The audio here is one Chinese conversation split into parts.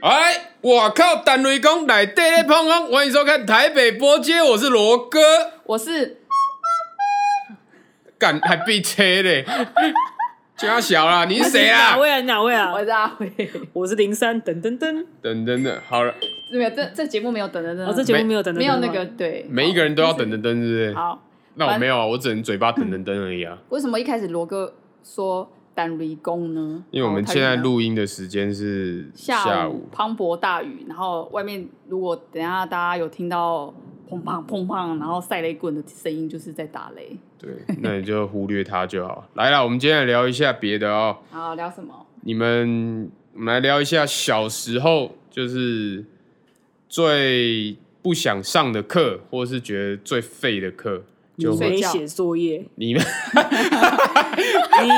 哎我靠，胆雷公来对对碰碰，欢迎收看台北波街，我是罗哥，我是敢还被切嘞，加小啦，你是 谁啊哪？位啊？哪位啊我？是阿辉，我是零三，等等嗯等。等等等，好了，没有这这节目没有等等等，哦，这节目没没有等等，没有等那吗个。对，每一个人都要等等等，是不是？好。嗯那我没有啊，我只能嘴巴等等等而已啊，为什么一开始罗哥说胆雷公呢？因为我们哦现在台语呢录音的时间是下午，磅礴大雨，然后外面如果等一下大家有听到砰砰砰砰，然后赛雷棍的声音，就是在打雷。对，那你就忽略它就好。来啦，我们今天来聊一下别的哦。好，聊什么？你们，我们来聊一下小时候就是最不想上的课，或是觉得最废的课，就你会没睡觉写 作业，你 们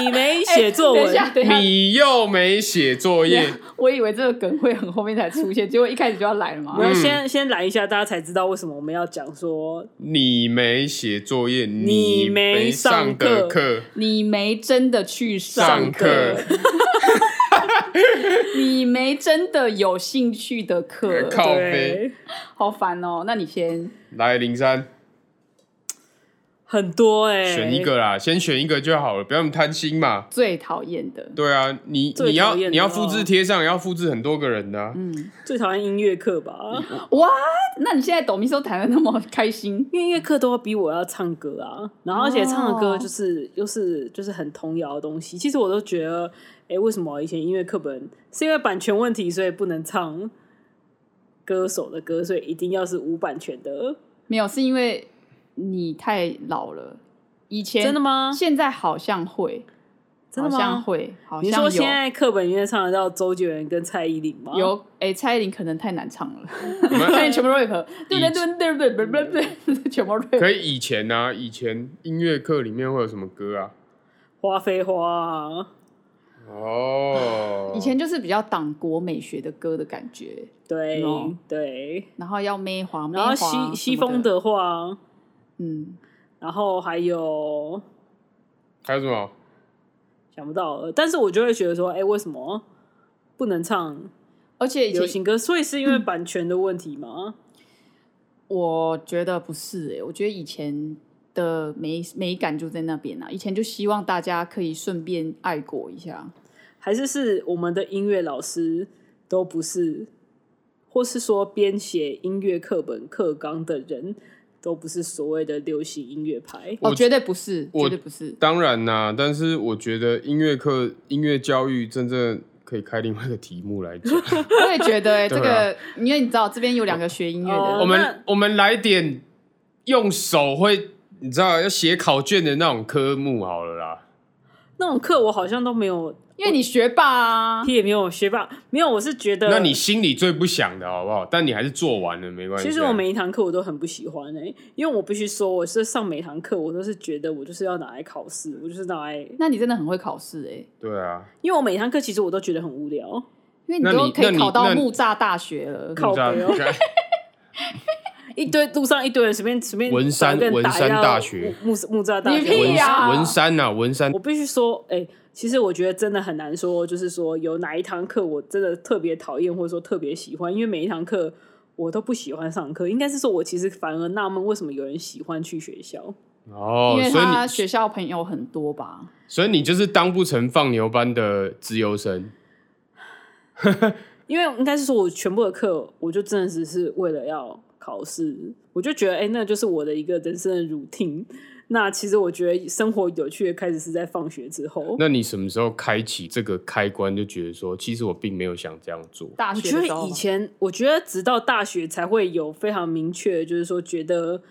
你没写作哎等一下，文，等一下，你又没写作业， 我以为这个梗会很后面才出现，结果一开始就要来了嘛我。要嗯先先来一下，大家才知道为什么我们要讲说你没写作业，你没没上上的课课，你没真的去上课课，你没真的有兴趣的课，靠背对好烦哦。那你先，来零三很多哎，选一个啦，先选一个就好了，不要那么贪心嘛。最讨厌的，对啊，你最你要讨厌的嗯你要哦复制贴上，也要复制很多个人的、啊。最讨厌音乐课吧，嗯哇，那你现在抖咪收弹的那么开心，因为音乐课都要逼我要唱歌啊，然后而且唱的哦歌就是、又是就是很童谣的东西，其实我都觉得，哎，为什么以前音乐课本是因为版权问题，所以不能唱歌手的歌，所以一定要是无版权的，没有，是因为你太老了。以前真的吗哎现在好像会，真的好像吗？会，好你像说有现在课本里面唱得到周杰伦跟蔡依林吗？有哎、蔡依林可能太难唱了，你们所以全部 rap，对对对对对对对对对，全部 rap。可以以前啊，以前音乐课里面会有什么歌啊？花非花、啊，哦，以前就是比较党国美学的歌的感觉，对、哦对，然后要妹华，然后咩华什么西西风，的话，嗯，然后还有还有什么？想不到了，但是我就会觉得说，哎、为什么不能唱而且以流前行歌？所以是因为版权的问题吗？嗯我觉得不是哎、我觉得以前的美美感就在那边啊，以前就希望大家可以顺便爱国一下，还是是我们的音乐老师都不是，或是说编写音乐课本课纲的人都不是所谓的流行音乐派？哦，绝对不是，我绝对不是，当然啦、但是我觉得音乐课、音乐教育真正可以开另外一个题目来讲。我也觉得 哎、对啊这个因为你知道这边有两个学音乐的，哦我们那我们来点用手会，你知道要写考卷的那种科目好了啦。那种课我好像都没有，因为你学霸啊，也没有学霸，没有。我是觉得，那你心里最不想的好不好？但你还是做完了，没关系啊。其实我每一堂课我都很不喜欢哎、因为我必须说，我是上每堂课我都是觉得我就是要拿来考试，我就是拿来，那你真的很会考试哎、对啊，因为我每堂课其实我都觉得很无聊。因为你那都你可以那考你到那木栅大学了，靠不知道北哦一堆路上一堆人随便随便文山找个人文打山压大学木木木栅大学，你屁文呀文山呐、啊，文山我必须说，哎、其实我觉得真的很难说，就是说有哪一堂课我真的特别讨厌，或者说特别喜欢，因为每一堂课我都不喜欢上课。应该是说我其实反而纳闷，为什么有人喜欢去学校？哦因为，所以他你学校朋友很多吧？所以你就是当不成放牛班的自由生。因为应该是说我全部的课，我就真的只是为了要考试，我就觉得，哎、那就是我的一个人生的 routine。那其实我觉得生活有趣的开始是在放学之后。那你什么时候开启这个开关，就觉得说，其实我并没有想这样做？大我学觉的时候得吧以前，我觉得直到大学才会有非常明确，就是说觉得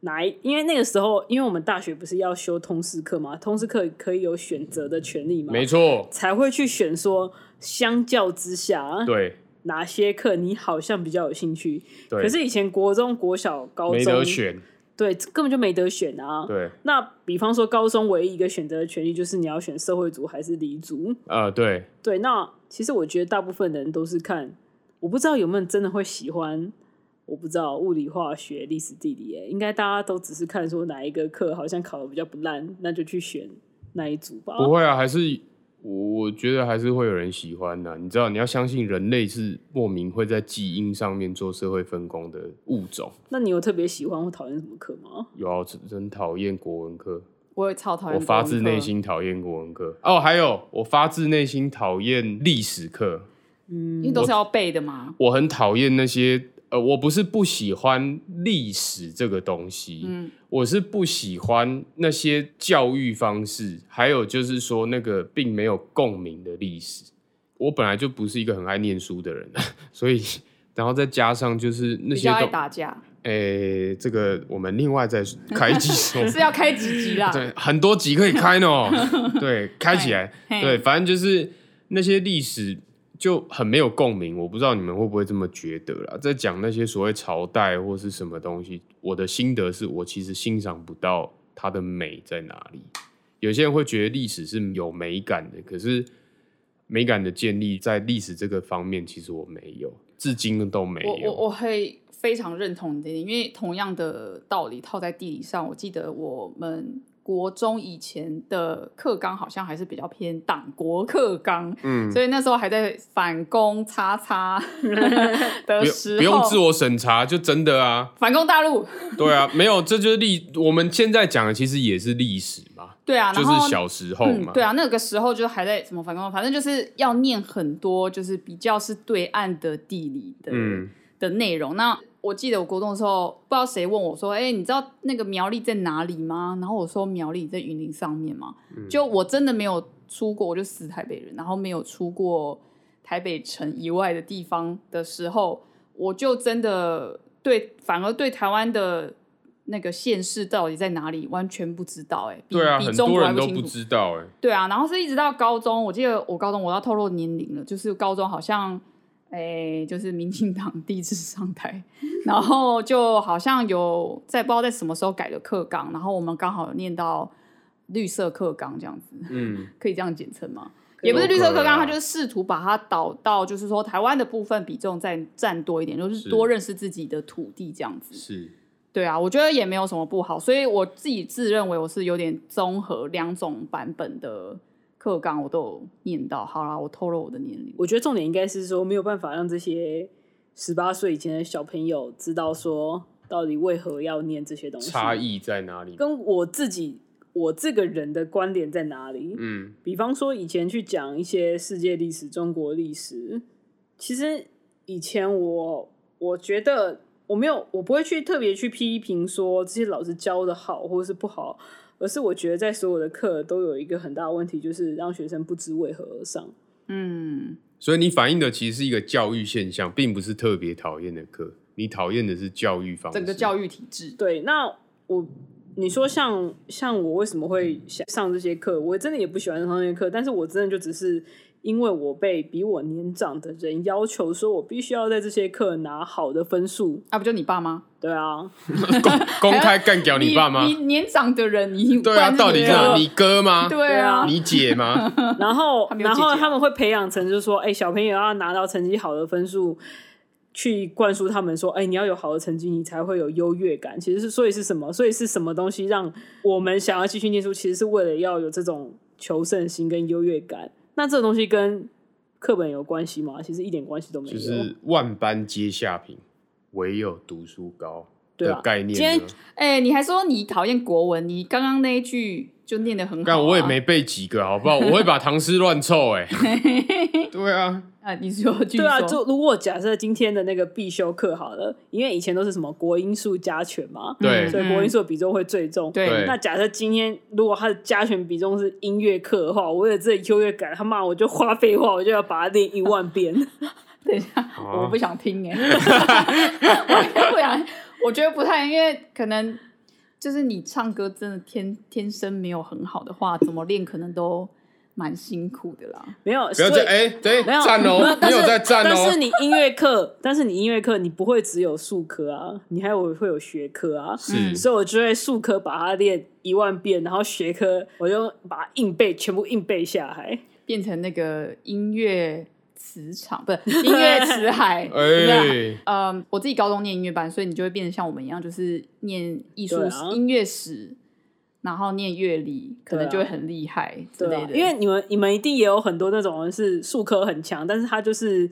哪一，因为那个时候，因为我们大学不是要修通识课嘛，通识课可以有选择的权利嘛，没错，才会去选说，相较之下，对哪些课你好像比较有兴趣。对，可是以前国中、国小、高中没得，选，对，根本就没得选啊。对，那比方说，高中唯一一个选择的权利就是你要选社会组还是理组。呃，对，对，那其实我觉得大部分人都是看，我不知道有没有人真的会喜欢，我不知道物理、化学、历史、地理，欸应该大家都只是看说哪一个课好像考的比较不烂，那就去选那一组吧。不会啊，还是我觉得还是会有人喜欢的、你知道，你要相信人类是莫名会在基因上面做社会分工的物种。那你有特别喜欢或讨厌什么课吗？有啊，我真真讨厌国文课，我也超讨厌我国文发自内课心讨厌国文课。哦，还有我发自内心讨厌历史课，因为都是要背的嘛。我很讨厌那些。呃，我不是不喜欢历史这个东西，嗯，我是不喜欢那些教育方式，还有就是说那个并没有共鸣的历史。我本来就不是一个很爱念书的人， 所以然后再加上就是那比些较爱东，打架，诶、这个我们另外再开一 集说是要开几集 啦？对，很多集可以开呢哦， 对，开起来，嘿对，反正就是那些历史就很没有共鸣，我不知道你们会不会这么觉得啦。在讲那些所谓朝代或是什么东西，我的心得是我其实欣赏不到它的美在哪里。有些人会觉得历史是有美感的，可是美感的建立在历史这个方面，其实我没有，至今都没我有。我我会非常认同你的点，因为同样的道理套在地理上，我记得我们国中以前的课纲好像还是比较偏党国课纲，嗯，所以那时候还在反攻叉 叉的不用时候，不用自我审查，就真的啊。反攻大陆，对啊，没有，这就是历，我们现在讲的其实也是历史嘛，对啊，就然后是小时候嘛。嗯。对啊，那个时候就还在什么反攻，反正就是要念很多，就是比较是对岸的地理的、嗯的内容。那我记得我国中的时候，不知道谁问我说：“哎、你知道那个苗栗在哪里吗？”然后我说：“苗栗在云林上面嘛。嗯就我真的没有出过，我就死台北人，然后没有出过台北城以外的地方的时候，我就真的对，反而对台湾的。那个县市到底在哪里，完全不知道哎、比对啊，比很中多国还人都清不楚知道哎、对啊，然后是一直到高中，我记得我高中我要透露年龄了，就是高中好像，诶、就是民进党第一次上台，然后就好像有在不知道在什么时候改的课纲，然后我们刚好有念到绿色课纲这样子，嗯，可以这样简称吗？可以也不是绿色课纲，可以啊它就是试图把它导到，就是说台湾的部分比重再占多一点，就是是多认识自己的土地这样子。是对啊，我觉得也没有什么不好，所以我自己自认为我是有点综合两种版本的课纲，我都有念到。好啦，我透露我的年龄。我觉得重点应该是说，没有办法让这些十八岁以前的小朋友知道说，到底为何要念这些东西，差异在哪里？跟我自己我这个人的观点在哪里。嗯，比方说，以前去讲一些世界历史、中国历史，其实以前我我觉得我没有，我不会去特别去批评说这些老师教的好或是不好，而是我觉得在所有的课都有一个很大的问题，就是让学生不知为何而上。嗯，所以你反映的其实是一个教育现象，并不是特别讨厌的课，你讨厌的是教育方式。整个教育体制，对，那我你说像像我为什么会想上这些课？我真的也不喜欢上这些课，但是我真的就只是因为我被比我年长的人要求说，我必须要在这些课拿好的分数。啊，不就你爸妈？对啊，公开干掉哦你爸妈你？年长的人，你对啊，到底是哪哪你哥吗？对啊，你姐吗？ 然后他没有然后姐姐啊他们会培养成就是说，哎、小朋友要拿到成绩好的分数。去灌输他们说，哎、你要有好的成绩，你才会有优越感。其实是，所以是什么？所以是什么东西让我们想要继续念书？其实是为了要有这种求胜心跟优越感。那这个东西跟课本有关系吗？其实一点关系都没有。就是万般皆下品，唯有读书高对的啊概念呢。今天哎、你还说你讨厌国文，你刚刚那一句就念得很好、啊。但我也没背几个，好不好？我会把唐诗乱凑哎、 对啊，啊，你说继续对啊，说就如果假设今天的那个必修课好了，因为以前都是什么国英数加权嘛，对嗯所以国英数的比重会最重。对对那假设今天如果他的加权比重是音乐课的话，我有这优越感，他骂我就花废话，我就要把它念一万遍。 等一下，哦我不想听 哎、欸，不然我觉得不太，因为可能就是你唱歌真的天天生没有很好的话，怎么练可能都蛮辛苦的啦。没有，不要所以再哎，对，没有赞没哦，但没是有在赞但是哦，你音乐课，但是你音乐课你不会只有数科啊，你还有会有学科啊。嗯是所以我就会数科把它练一万遍，然后学科我就把它硬背，全部硬背下来。变成那个音乐磁场，不是音乐磁海，对不 对？ 哎，嗯，我自己高中念音乐班，所以你就会变得像我们一样，就是念艺术对史、啊音乐史，然后念乐理，可能对啊就会很厉害之对类啊，的。因为你们你们一定也有很多那种人是数科很强，但是他就是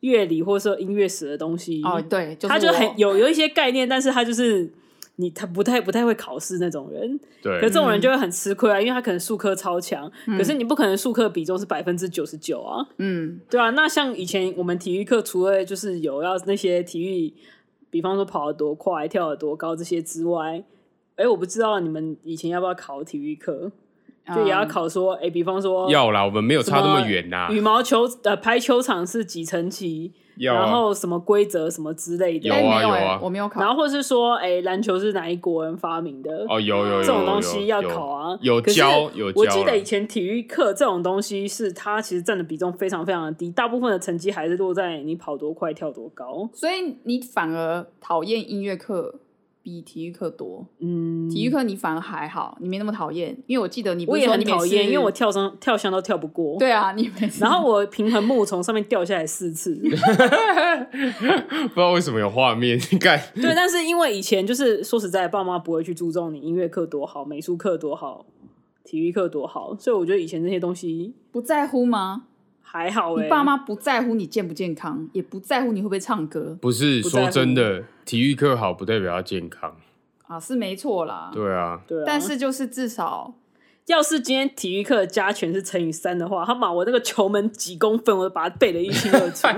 乐理或者说音乐史的东西，哦，对，就是他就我很有有一些概念，但是他就是你他不太不太会考试那种人，可对是这种人就会很吃亏啊，因为他可能数科超强，可是你不可能数科比重是百分之九十九啊，嗯对啊，那像以前我们体育课，除了就是有要那些体育，比方说跑得多快、跳得多高这些之外，哎，我不知道你们以前要不要考体育课，就也要嗯考说，哎，比方说要啊啦，我们没有什差那么远呐、羽毛球呃排球场是几层级，要然啊，后什么规则什么之类的，有啊哎没有哎啊我没有考然。后或是说，哎，篮球是哪一国人发明的？哦，有有有这种有东有西要有考啊，有可是教有我教啊记啦得以前体育课这种东西是它其实占的比重非常非常的低，大部分的成绩还是落在你跑多快、跳多高。所以你反而讨厌音乐课比体育课多，嗯，体育课你反而还好，你没那么讨厌，因为我记得你不我是也说很你每讨厌，次因为我跳绳、跳箱都跳不 过。。对啊，你每次然后我平衡木从上面掉下来四 次，不知道为什么有画面，看对，但是因为以前就是说实在，爸妈不会去注重你音乐课多好、美术课多好、体育课多好，所以我觉得以前这些东西不在乎吗？还好哎、你爸妈不在乎你健不健康，也不在乎你会不会唱歌不是不在说乎真的，体育课好不代表要健康，啊，是没错啦。对啊，对啊，但是就是至少要是今天体育课的加权是乘以三的话，他把我那个球门几公分，我都把它背得一清二 楚。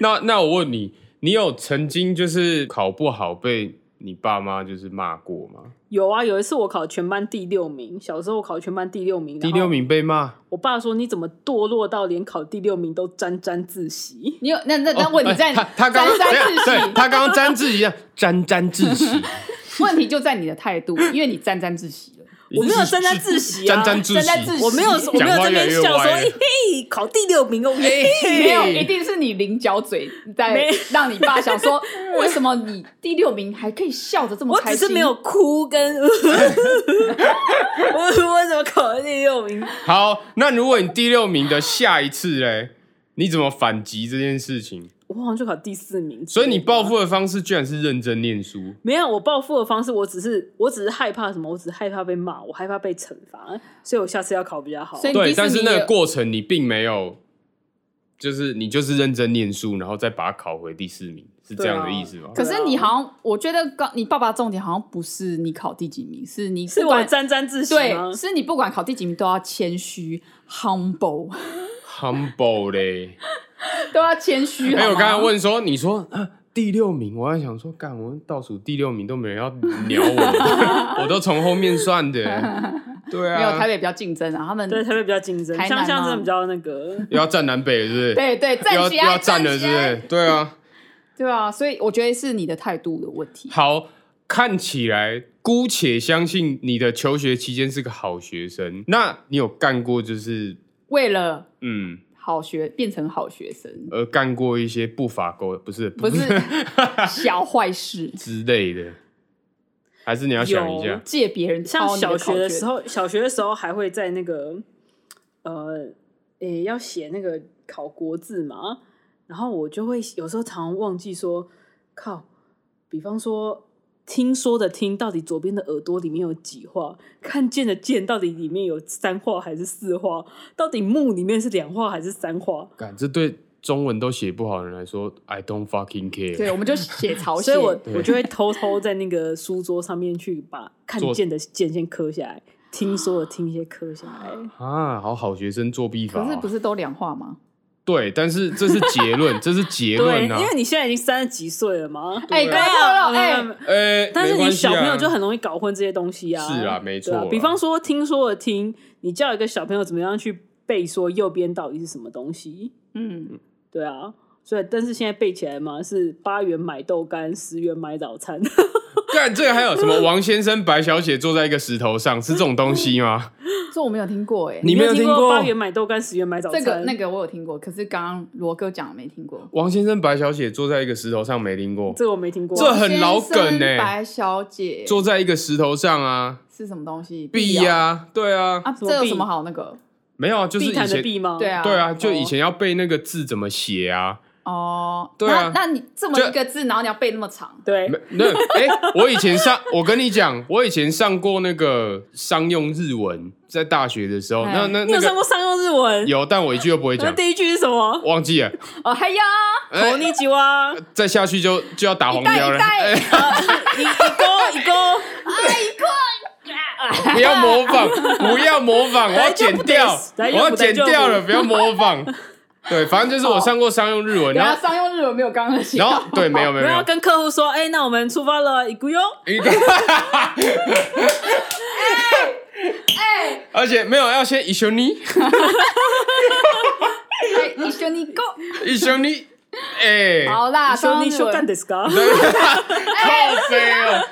那那我问你，你有曾经就是考不好被你爸妈就是骂过吗？有啊，有一次我考全班第六名，小时候我考全班第六名，第六，名被骂，我爸说你怎么堕落到连考第六名都沾沾自 喜？你有那那那问题在哦哎他他刚沾刚沾自对，啊喜，他刚刚沾自喜，沾沾自 喜，问题就在你的态度，因为你沾沾自喜了。我没有沾沾自喜啊沾沾自沾沾自喜喜，我没有，我没有讲话在那边越来越笑说，歪嘿嘿，考第六名哦，嘿嘿没有，一定是你菱角嘴在没让你爸想说，为什么你第六名还可以笑着这么我开只心？是没有 哭跟，我 我怎么考了第六名？好，那如果你第六名的下一次嘞，你怎么反击这件事情？我好像就考第四名，所以你报复的方式居然是认真念书，没有，我报复的方式，我只是我只是害怕什么？我只是害怕被骂，我害怕被惩罚，所以我下次要考比较好。哎所以你对，迪士但尼是那也个过程你并没有，就是你就是认真念书，然后再把它考回第四名，是这样的意思吗？可是你好像，我觉得刚你爸爸重点好像不是你考第几名，是你是不我管沾沾自喜吗对，？是你不管考第几名都要谦虚 humble， humble 嘞， 都要谦虚。 哎、好我吗刚才问说，你说、啊、第六名，我还想说，干，我倒数第六名都没人要鸟 我，我都从后面算的，对没有啊台，北比较竞争啊，他们对，台北比较竞争，台南乡下吗真的比较那个。又要站南北了是不是？对对又站要起又来要站了站是起不来是？对啊，对啊，所以我觉得是你的态度的问题。好，看起来姑且相信你的求学期间是个好学生。那你有干过就是为了嗯，好学变成好学生，呃，干过一些不法勾不是不是小坏事，之类的，还是你要想一有下？借别人像抄哦你小考学的时候，候，小学的时候还会在那个呃，诶、要写那个考国字嘛，然后我就会有时候常常忘记说，靠，比方说。听说的听到底左边的耳朵里面有几画？看见的见到底里面有三画还是四画？到底木里面是两画还是三画？干，这对中文都写不好的人来说，I don't fucking care。对，我们就写草所写。以我对我就会偷偷在那个书桌上面去把看做见的见先刻下来，听说的听先刻下来。啊，好好学生作弊法、可是不是是都两话吗？对，但是这是结论，这是结对，论啊因。为你现在已经三十几岁了嘛，哎，对各啊位啊朋友，哎，嗯呃，但是没你关系小啊朋友就很容易搞混这些东西啊。是啊没错对啊比方说，听说的听，你叫一个小朋友怎么样去背说右边到底是什么东西？嗯，对啊，所以但是现在背起来嘛，是八元买豆干，十元买早餐。 干，这个还有什么？王先生、白小姐坐在一个石头上，是这种东西吗？ 这我没有听过哎， 你没有听听过八元买豆干，十元买早这餐？个那个我有听过，可是刚刚罗哥讲的没听过。王先生、白小姐坐在一个石头上，没听过？这个我没听过。这很老梗欸先呢、生白小姐坐在一个石头上啊，是什么东西？币币呀、啊对啊，啊，什么这有币什么好那个？没有啊，就是碧以前潭的碧吗？对啊对啊，就哦以前要背那个字怎么写啊，哦，对啊那那你这么就一个字，然后你要背那么长，对没，那哎、我以前上，我跟你讲，我以前上过那个商用日文，在大学的时候，哎那那你有那上个过商用日文？有，但我一句都不会那讲，第一句是什么？忘记了。哦嗨呀，哎红泥吉哇，再下去就就要打黄标了，一代哎一一一勾一勾，不要模 仿，不要模仿，我要剪掉，我哎来就不得要剪掉来了，就不要模仿。对，反正就是我上过商用日文，然然后后啊商用日文没有刚刚写然，后对，没啊有没没有有没要有，跟客户说，哎，那我们出发了，一咕哟。一个， 哎，而且没有要先一緒に一緒に行こ一緒に，哎う。，好啦，你说商你用日说干文哎的是噶？靠谁哦？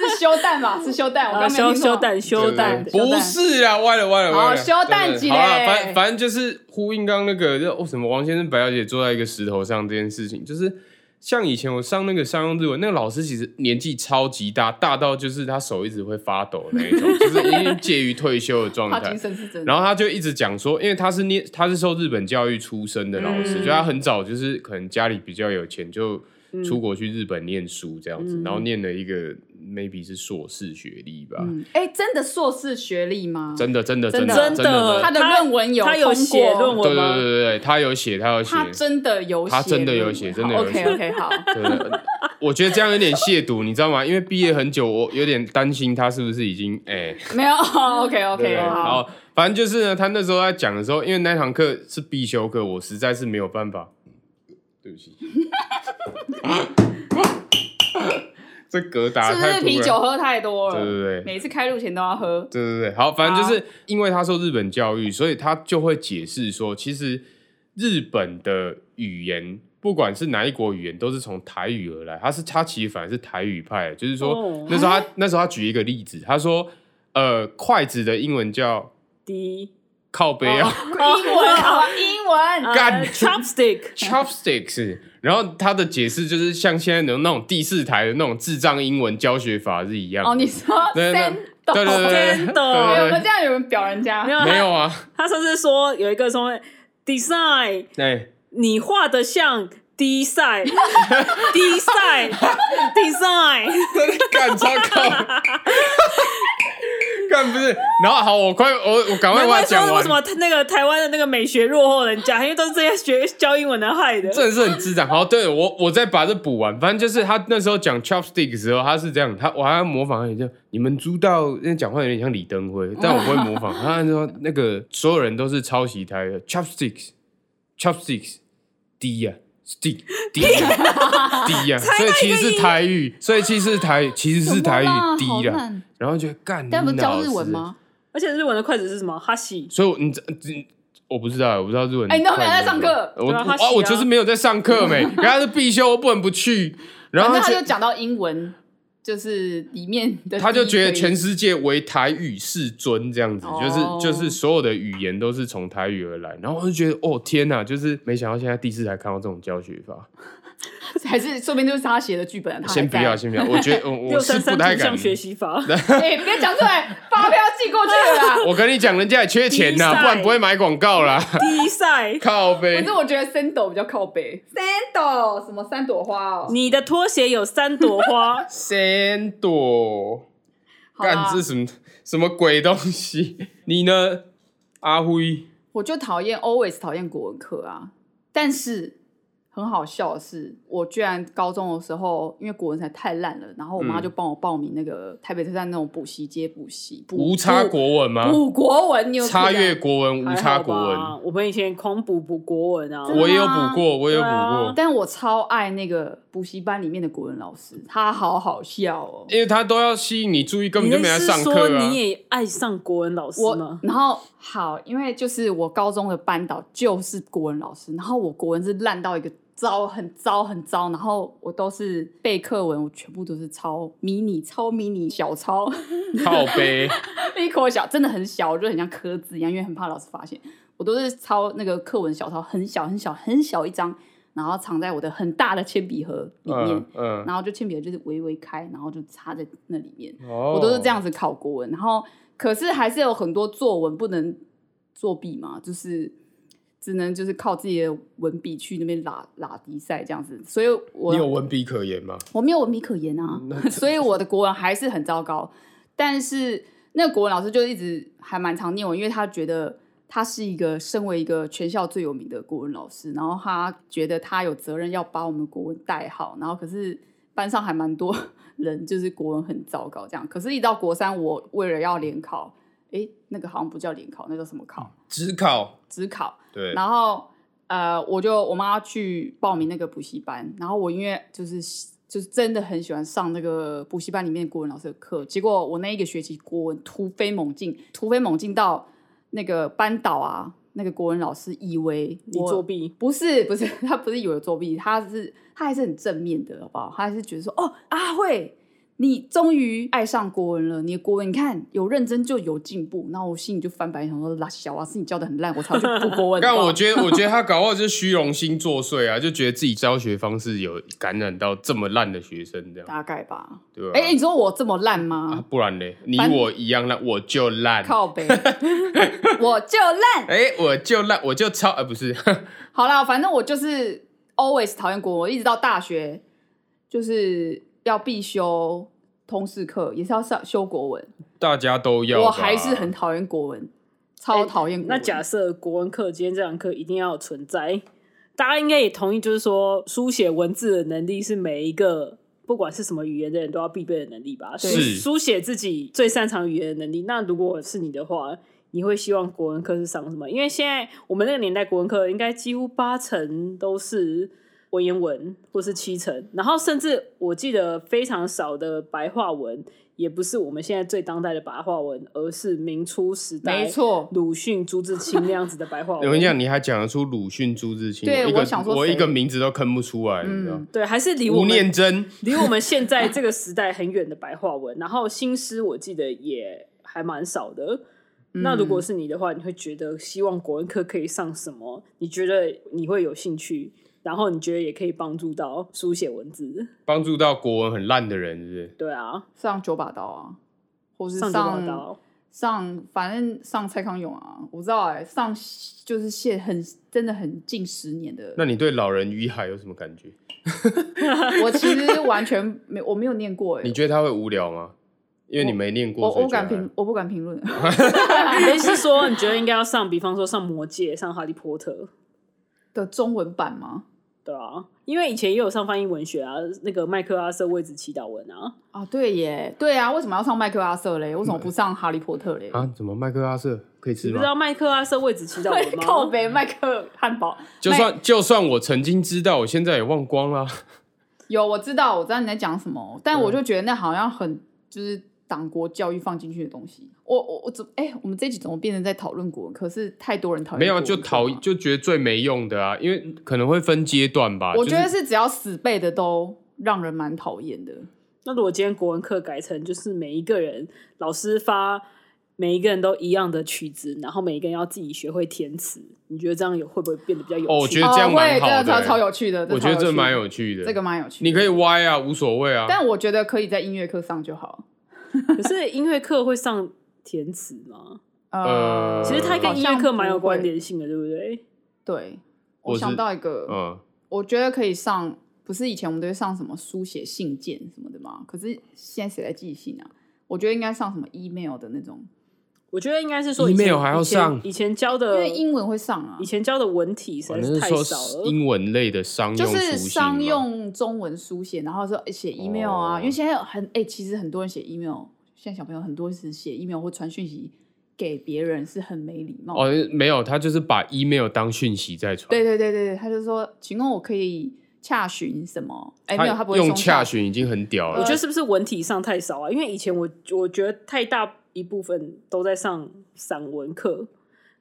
是修蛋吧？是修蛋，我啊，刚没有修听错修蛋修蛋对，对对不是啊，歪了歪了歪了，好修蛋姐对对对好了，反反正就是呼应刚刚那个，就哦什么王先生、白小姐坐在一个石头上这件事情，就是像以前我上那个商用日文，那个老师其实年纪超级大，大到就是他手一直会发抖那一 种，就是已经介于退休的状他态精。神是真的。然后他就一直讲说，因为他是念他是受日本教育出身的老师，嗯就他很早就是可能家里比较有钱，就出国去日本念书这样子，嗯然后念了一个 maybe 是硕士学历吧，嗯，哎，真的硕士学历吗？真的，真的，真的，的真真的他的论文有他有写通过对对论文对吗？对对，他有写，他有写，他真的有写论文，他真的有写真的有写 OK OK，好，对对对我觉得这样有点亵渎，你知道吗？因为毕业很久，我有点担心他是不是已经哎，没有 OK 对 OK，好，好，反正就是呢，他那时候在讲的时候，因为那堂课是必修课，我实在是没有办法，对不起，这嗝打得是不太是突啤然酒喝太多对了？对对，每次开路前都要喝。对对对，好，反正就是因为他受日本教育，所以他就会解释说，其实日本的语言，不管是哪一国语言，都是从台语而来。他是他其实反而是台语派，就是说、哦那时候他那时候他举一个例子，他说，呃，筷子的英文叫第靠背啊、 英 文好吧，英文。干呃 chopstick， c h o p s t i c k s 然后他的解释就是像现在的那种第四台的那种智障英文教学法是一样的。哦，你说对对 send 对对对对对对真的哎我们对这样有人表人家没，有对，没有啊，他上次说有一个什么 design，哎。你画的像 design，design，design， 干超靠，干不是，然后好，我快我我赶快难把怪它讲说为完什，么那个台湾的那个美学落后人家，因为都是这些学教英文的害的。真的是很智障。好，对我我再把这补完，反正就是他那时候讲 chopstick 的时候，他是这样，他我还要模仿他一下，你们知道那讲话有点像李登 辉，但我不会模仿。他说那个所有人都是抄袭他的 chopsticks，chopsticks，低呀、stick 低呀、 低呀、所以其实是台语，所以其实是台语，其实是台语低好呀、烂然后就干，但不是你教老日文师吗？而且日文的筷子是什么？哈西。所以我你这这我不知道，我不知道日文。哎你都没有在上课我对啊我他洗啊啊，我就是没有在上课 没，人家是必修，我不能不去。然反后正他就就讲到英文，就是里面的第一可以，他就觉得全世界唯台语是尊，这样子，哦就是就是所有的语言都是从台语而来。然后我就觉得，哦天哪，就是没想到现在第四台看到这种教学法。还是说明就是他写的剧本啊，他还先不要，在，先不要，我觉得 我我六是三不三太图敢像。学习法，哎，别讲出来，发票寄过去了啦。我跟你讲，人家也缺钱 呐，比赛不然不会买广告啦。第一 赛，靠可呗，是，我觉得三朵比较靠北，三朵什么三朵花哦，你的拖鞋有三朵花三朵。好啊啦干这什么什么鬼东西？你呢，阿辉？我就讨厌 always 讨厌国文课啊，但是很好笑的是，我居然高中的时候因为国文才太烂了，然后我妈嗯就帮我报名那个台北车站那种补习街补习，补无差国文吗补？补国文，你有差越越国文， 无还差好国文，吧？我们以前狂补补国文啊，真的我也有吗补过，我也有补对啊过，但我超爱那个补习班里面的国文老师，他好好笑哦。因为他都要吸引你注意，根本你就没的来是上说课啊你。也爱上国文老师我吗？然后好，因为就是我高中的班导就是国文老师，然后我国文是烂到一个糟，很糟很糟，然后我都是背课文，我全部都是抄迷你、超迷你、小抄， 靠背，一口小，真的很小，我就很像壳子一样，因为很怕老师发现，我都是抄那个课文小抄，很小很小很小一张，然后藏在我的很大的铅笔盒里面，嗯嗯，然后就铅笔盒就是微微开，然后就插在那里面。我我都是这。样子考国文，然后可是还是有很多作文不能作弊嘛，就是只能就是靠自己的文笔去那边拉拉低赛这样子，所以哦我你有文笔可言吗？我没有文笔可言啊， 所以我的国文还是很糟糕。但是那个国文老师就一直还蛮常念我，因为他觉得他是一个身为一个全校最有名的国文老师，然后他觉得他有责任要把我们国文带好。然后可是班上还蛮多人就是国文很糟糕这样，可是一到国三，我为了要联考，诶，那个好像不叫联考，那叫什么考？只考职考。对，然后呃，我就我妈去报名那个补习班，然后我因为就是就是真的很喜欢上那个补习班里面国文老师的课，结果我那一个学期国文突飞猛进，突飞猛进到那个班导啊，那个国文老师以为你我作弊，不是不是， 他不是以为我作弊，他是他还是很正面的，好不好？他还是觉得说，哦，阿慧，你终于爱上国文了，你的国文你看有认真就有进步。然后我心里就翻白眼，想说，拉小啊，是你教的很烂，我才要去补 国文。但我觉得，我觉得他搞不好就是虚荣心作祟啊，就觉得自己教学方式有感染到这么烂的学生 这样，大概吧。对啊吧、哎、你说我这么烂吗？啊，不然嘞，你反我一样烂，我就烂。靠北， 我就烂。哎、我就烂，我就抄，呃，不是， 好啦，反正我就是 always 讨厌国文，我一直到大学就是要必修通识课，也是要上修国文。大家都要吧。我还是很讨厌国文，超讨厌国文、哎那假设国文课今天这堂课一定要有存在，大家应该也同意，就是说书写文字的能力是每一个不管是什么语言的人都要必备的能力吧？对书是书写自己最擅长语言的能力。那如果是你的话，你会希望国文课是上什么？因为现在我们那个年代，国文课应该几乎八成都是。文言文或是七成，然后甚至我记得非常少的白话文，也不是我们现在最当代的白话文，而是明初时代没错，鲁迅、朱自清那样子的 白话文。我跟你讲，你还讲得出鲁迅、朱自清，对我一个我想说一个谁嗯名字都坑不出来，你知道吗？对，还是离我吴们念真，离我们现在这个时代很远的白话文。然后新诗，我记得也还蛮少的。那如果是你的话，你会觉得希望国文科可以上什么？你觉得你会有兴趣？然后你觉得也可以帮助到书写文字？帮助到国文很烂的人，是不是？对啊，上九把刀啊，或是上上九把刀。啊上反正上蔡康永啊，我不知道哎、上就是现很真的很近十年的。那你对老人与海有什么感觉？我其实完全没我没有念过哎、你觉得他会无聊吗？因为你没念过，我所以我不觉得敢还评，我不敢评论。啊你是说你觉得应该要上，比方说上《魔戒》、上《哈利波特》？的中文版吗？对啊，因为以前也有上翻译文学啊，那个麦克阿瑟位置祈祷文啊，啊，对耶，对啊，为什么要上麦克阿瑟嘞？为什么不上哈利波特嘞？啊？怎么麦克阿瑟可以吃你不知吗？道麦克阿瑟位置祈祷文吗？靠北麦克汉堡，就算就算我曾经知道，我现在也忘光了。啊有，我知道，我知道你在讲什么，但对我就觉得那好像很就是党国教育放进去的东西。我我我怎哎、我们这一集怎么变成在讨论国文？可是太多人讨厌没国有，啊文就课讨嘛就觉得最没用的啊，因为可能会分阶段吧。我觉得就是只要死背的都让人蛮讨厌的。那如果今天国文课改成就是每一个人老师发每一个人都一样的曲子，然后每一个人要自己学会填词，你觉得这样有会不会变得比较有趣？啊哦我觉得这样哦会蛮好的这个欸超超有趣的。我觉得超这蛮有有趣趣的，的，这个蛮有趣的。你可以歪啊，无所谓啊。但我觉得可以在音乐课上就好。可是音乐课会上填词吗？呃其实它跟音乐好像课蛮有不会关。联性的，对不对？对，或我是想到一个，嗯，我觉得可以上，不是以前我们都会上什么书写信件什么的吗？可是现在谁来寄信啊？我觉得应该上什么 email 的那种，我觉得应该是说以前 Email 还要以前上以前教因的为，英文会上啊以，呃前教的文体实反在正是哦是太说少了。英文类的商就用是书信商嘛用中文书写，然后说诶写 email 啊，哦因为现在很哎、其实很多人写 email，现在小朋友很多是写 email 或传讯息给别人是很没礼貌的。哦，没有，他就是把 email 当讯息在传。对对对对对，他就说，请问我可以洽询什么？哎、他没有，他不会用送洽询已经很屌我了觉。得是不是文体上太少啊？因为以前我我觉得太大一部分都在上散文课，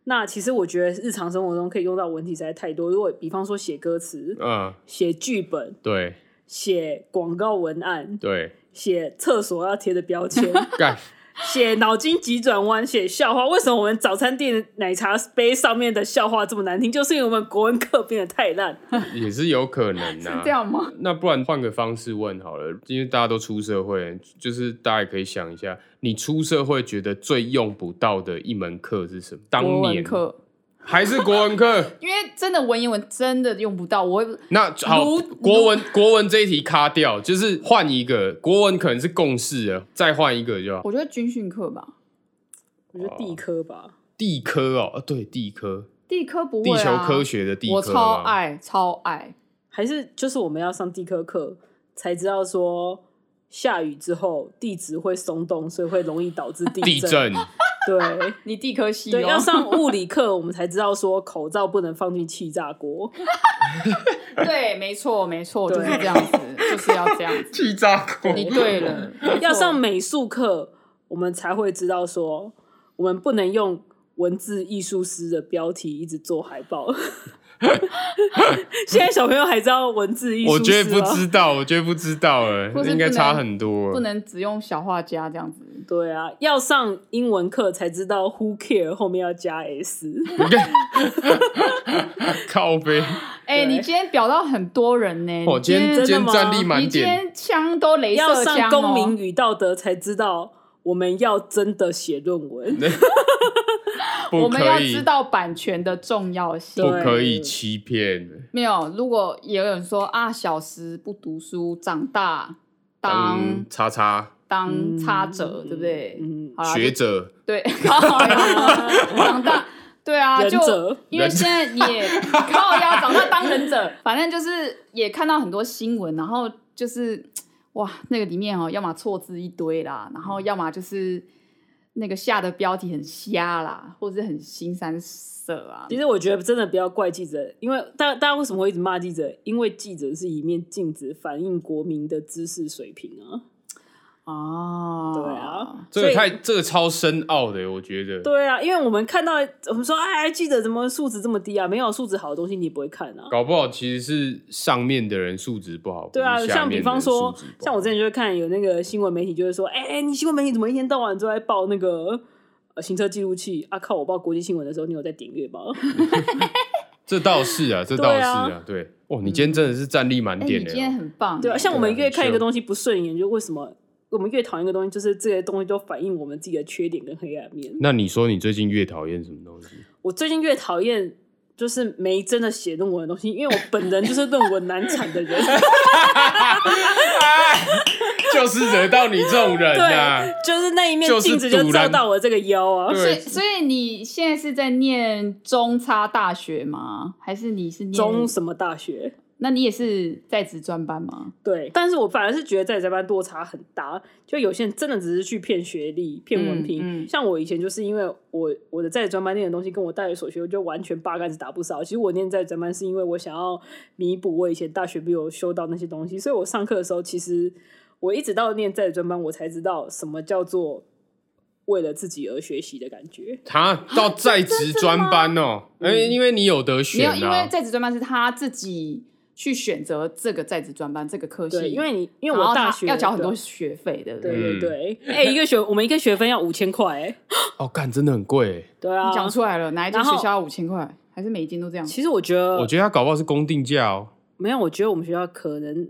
那其实我觉得日常生活中可以用到文体实在太多。如果比方说写歌词、嗯，写剧本、对写广告文案、对，写厕所要贴的标签、干 写脑筋急转弯、写笑话，为什么我们早餐店奶茶杯上面的笑话这么难听？就是因为我们国文课变得太烂。也是有可能 是呐、这样吗？那不然换个方式问好了，因为大家都出社会，就是大家也可以想一下，你出社会觉得最用不到的一门课是什么？当国文年课还是国文课？因为真的文言文真的用不到，我会那好如，国文国文这一题卡掉，就是换一个国文，可能是共识了，再换一个就好。我觉得军训课吧，我觉得地科吧，地科哦，呃对，地科，地科不地会球啊，科学的地科，我超，爱超爱，还是就是我们要上地科课才知道说下雨之后地质会松动，所以会容易导致地地震， 对。你地科系对，哦要上物理课，我们才知道说口罩不能放进气 炸锅。对，没错没错，就对是这样子，就是要这样子，气炸锅你对了，没错要上美术课，我们才会知道说，我们不能用文字艺术师的标题一直做海报。 现在小朋友还知道文字艺术师我觉得不吗知道，我觉得不知道或哎，是应该啊不能差很多。不能只用小画家这样子，对啊，要上英文课才知道 who care 后面要加 s。 靠背，哎，对你今天表到很多人呢，我你今天今今天战力你满今点，天枪都镭要射上枪公民哦，与道德才知道我们要真的写论文。我不们要可以知，道版权的重要性不。对可以欺骗，没有，如果也有人说啊，小时不读书，长大当当嗯叉叉当差者，嗯对不对？嗯，好啦，学者， 对，长大，对啊，忍就者因为现在也靠腰长大当忍者，反正就是也看到很多新闻，然后就是哇，那个里面哦，要么错字一堆啦，然后要么就是那个下的标题很瞎啦，或者是很新三色啊，其实我觉得真的不要怪记者，因为大大家为什么会一直骂记者？因为记者是一面镜子，反映国民的知识水平啊。哦，对啊，这个所以太这个超深奥的，我觉得对啊，因为我们看到我们说，哎，记者怎么素质这么低啊？没有素质好的东西你不会看啊。搞不好其实是上面的人素质不好，对啊不，是下像面的比方人说素质，不好像我之前就会看有那个新闻媒体就会说，哎、哎，你新闻媒体怎么一天到晚都在报那个呃行车记录器啊？靠，我报国际新闻的时候，你有在点阅吗？这倒是啊，这倒是啊，对，哦，嗯你今天真的是战力满哎、点你的今天欸，很棒，哎对啊，像我对们啊越看一是个东西不顺眼，就为什么我们越讨厌一个东西，就是这些东西都反映我们自己的缺点跟黑暗面。那你说你最近越讨厌什么东 西？我最近越讨厌就是没真的写论文的东西，因为我本人就是论文难产的人， 就是惹到你这种人啊！对，就是那一面就是镜子就堵照然到我这个腰啊。对所以，所以你现在是在念中差大学吗？还是你是念中？什么大学？那你也是在职专班吗？对，但是我反而是觉得在这班落差很大，就有些人真的只是去骗学历、骗文凭。嗯嗯像我以前就是因为我我的在专班念的东西跟我大学所学，我就完全八竿子打不着。其实我念在专班是因为我想要弥补我以前大学没有修到那些东西，所以我上课的时候，其实我一直到念在专班，我才知道什么叫做为了自己而学习的感觉。他到 在职专班哦，哎，因为你有得没选嗯有，因为啊，在职专班是他自己去选择这个在职专班这个科系，对，因为你因为然我后他大学要缴很多对学费，对不对？对对嗯对，哎、一个学我们一个学分要五千块、哎，哦，干真的很贵欸。对啊你，讲出来了，哪一间然后学校要五千块？还是每一间都这样？其实我觉得我觉得他搞不好是公定价哦，没有，我觉得我们学校可能，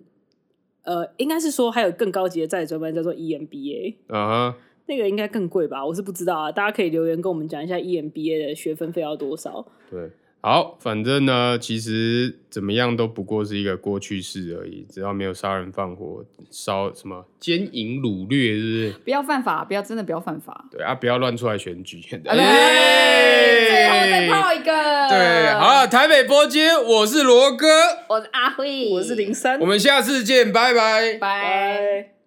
呃，应该是说还有更高级的在职专班叫做 E EMBA，啊哈，那个应该更贵吧？我是不知道啊，大家可以留言跟我们讲一下 E EMBA 的学分费要多少。对，好，反正呢，其实怎么样都不过是一个过去式而已，只要没有杀人放火、烧什么奸淫掳掠，是不是？不要犯法，不要真的不要犯法。对啊，不要乱出来选 举。哎哎啊最后再泡一个。对，好了，，台北波街，我是罗哥，我是阿辉，我是零三我，们下次见，拜拜。拜。拜。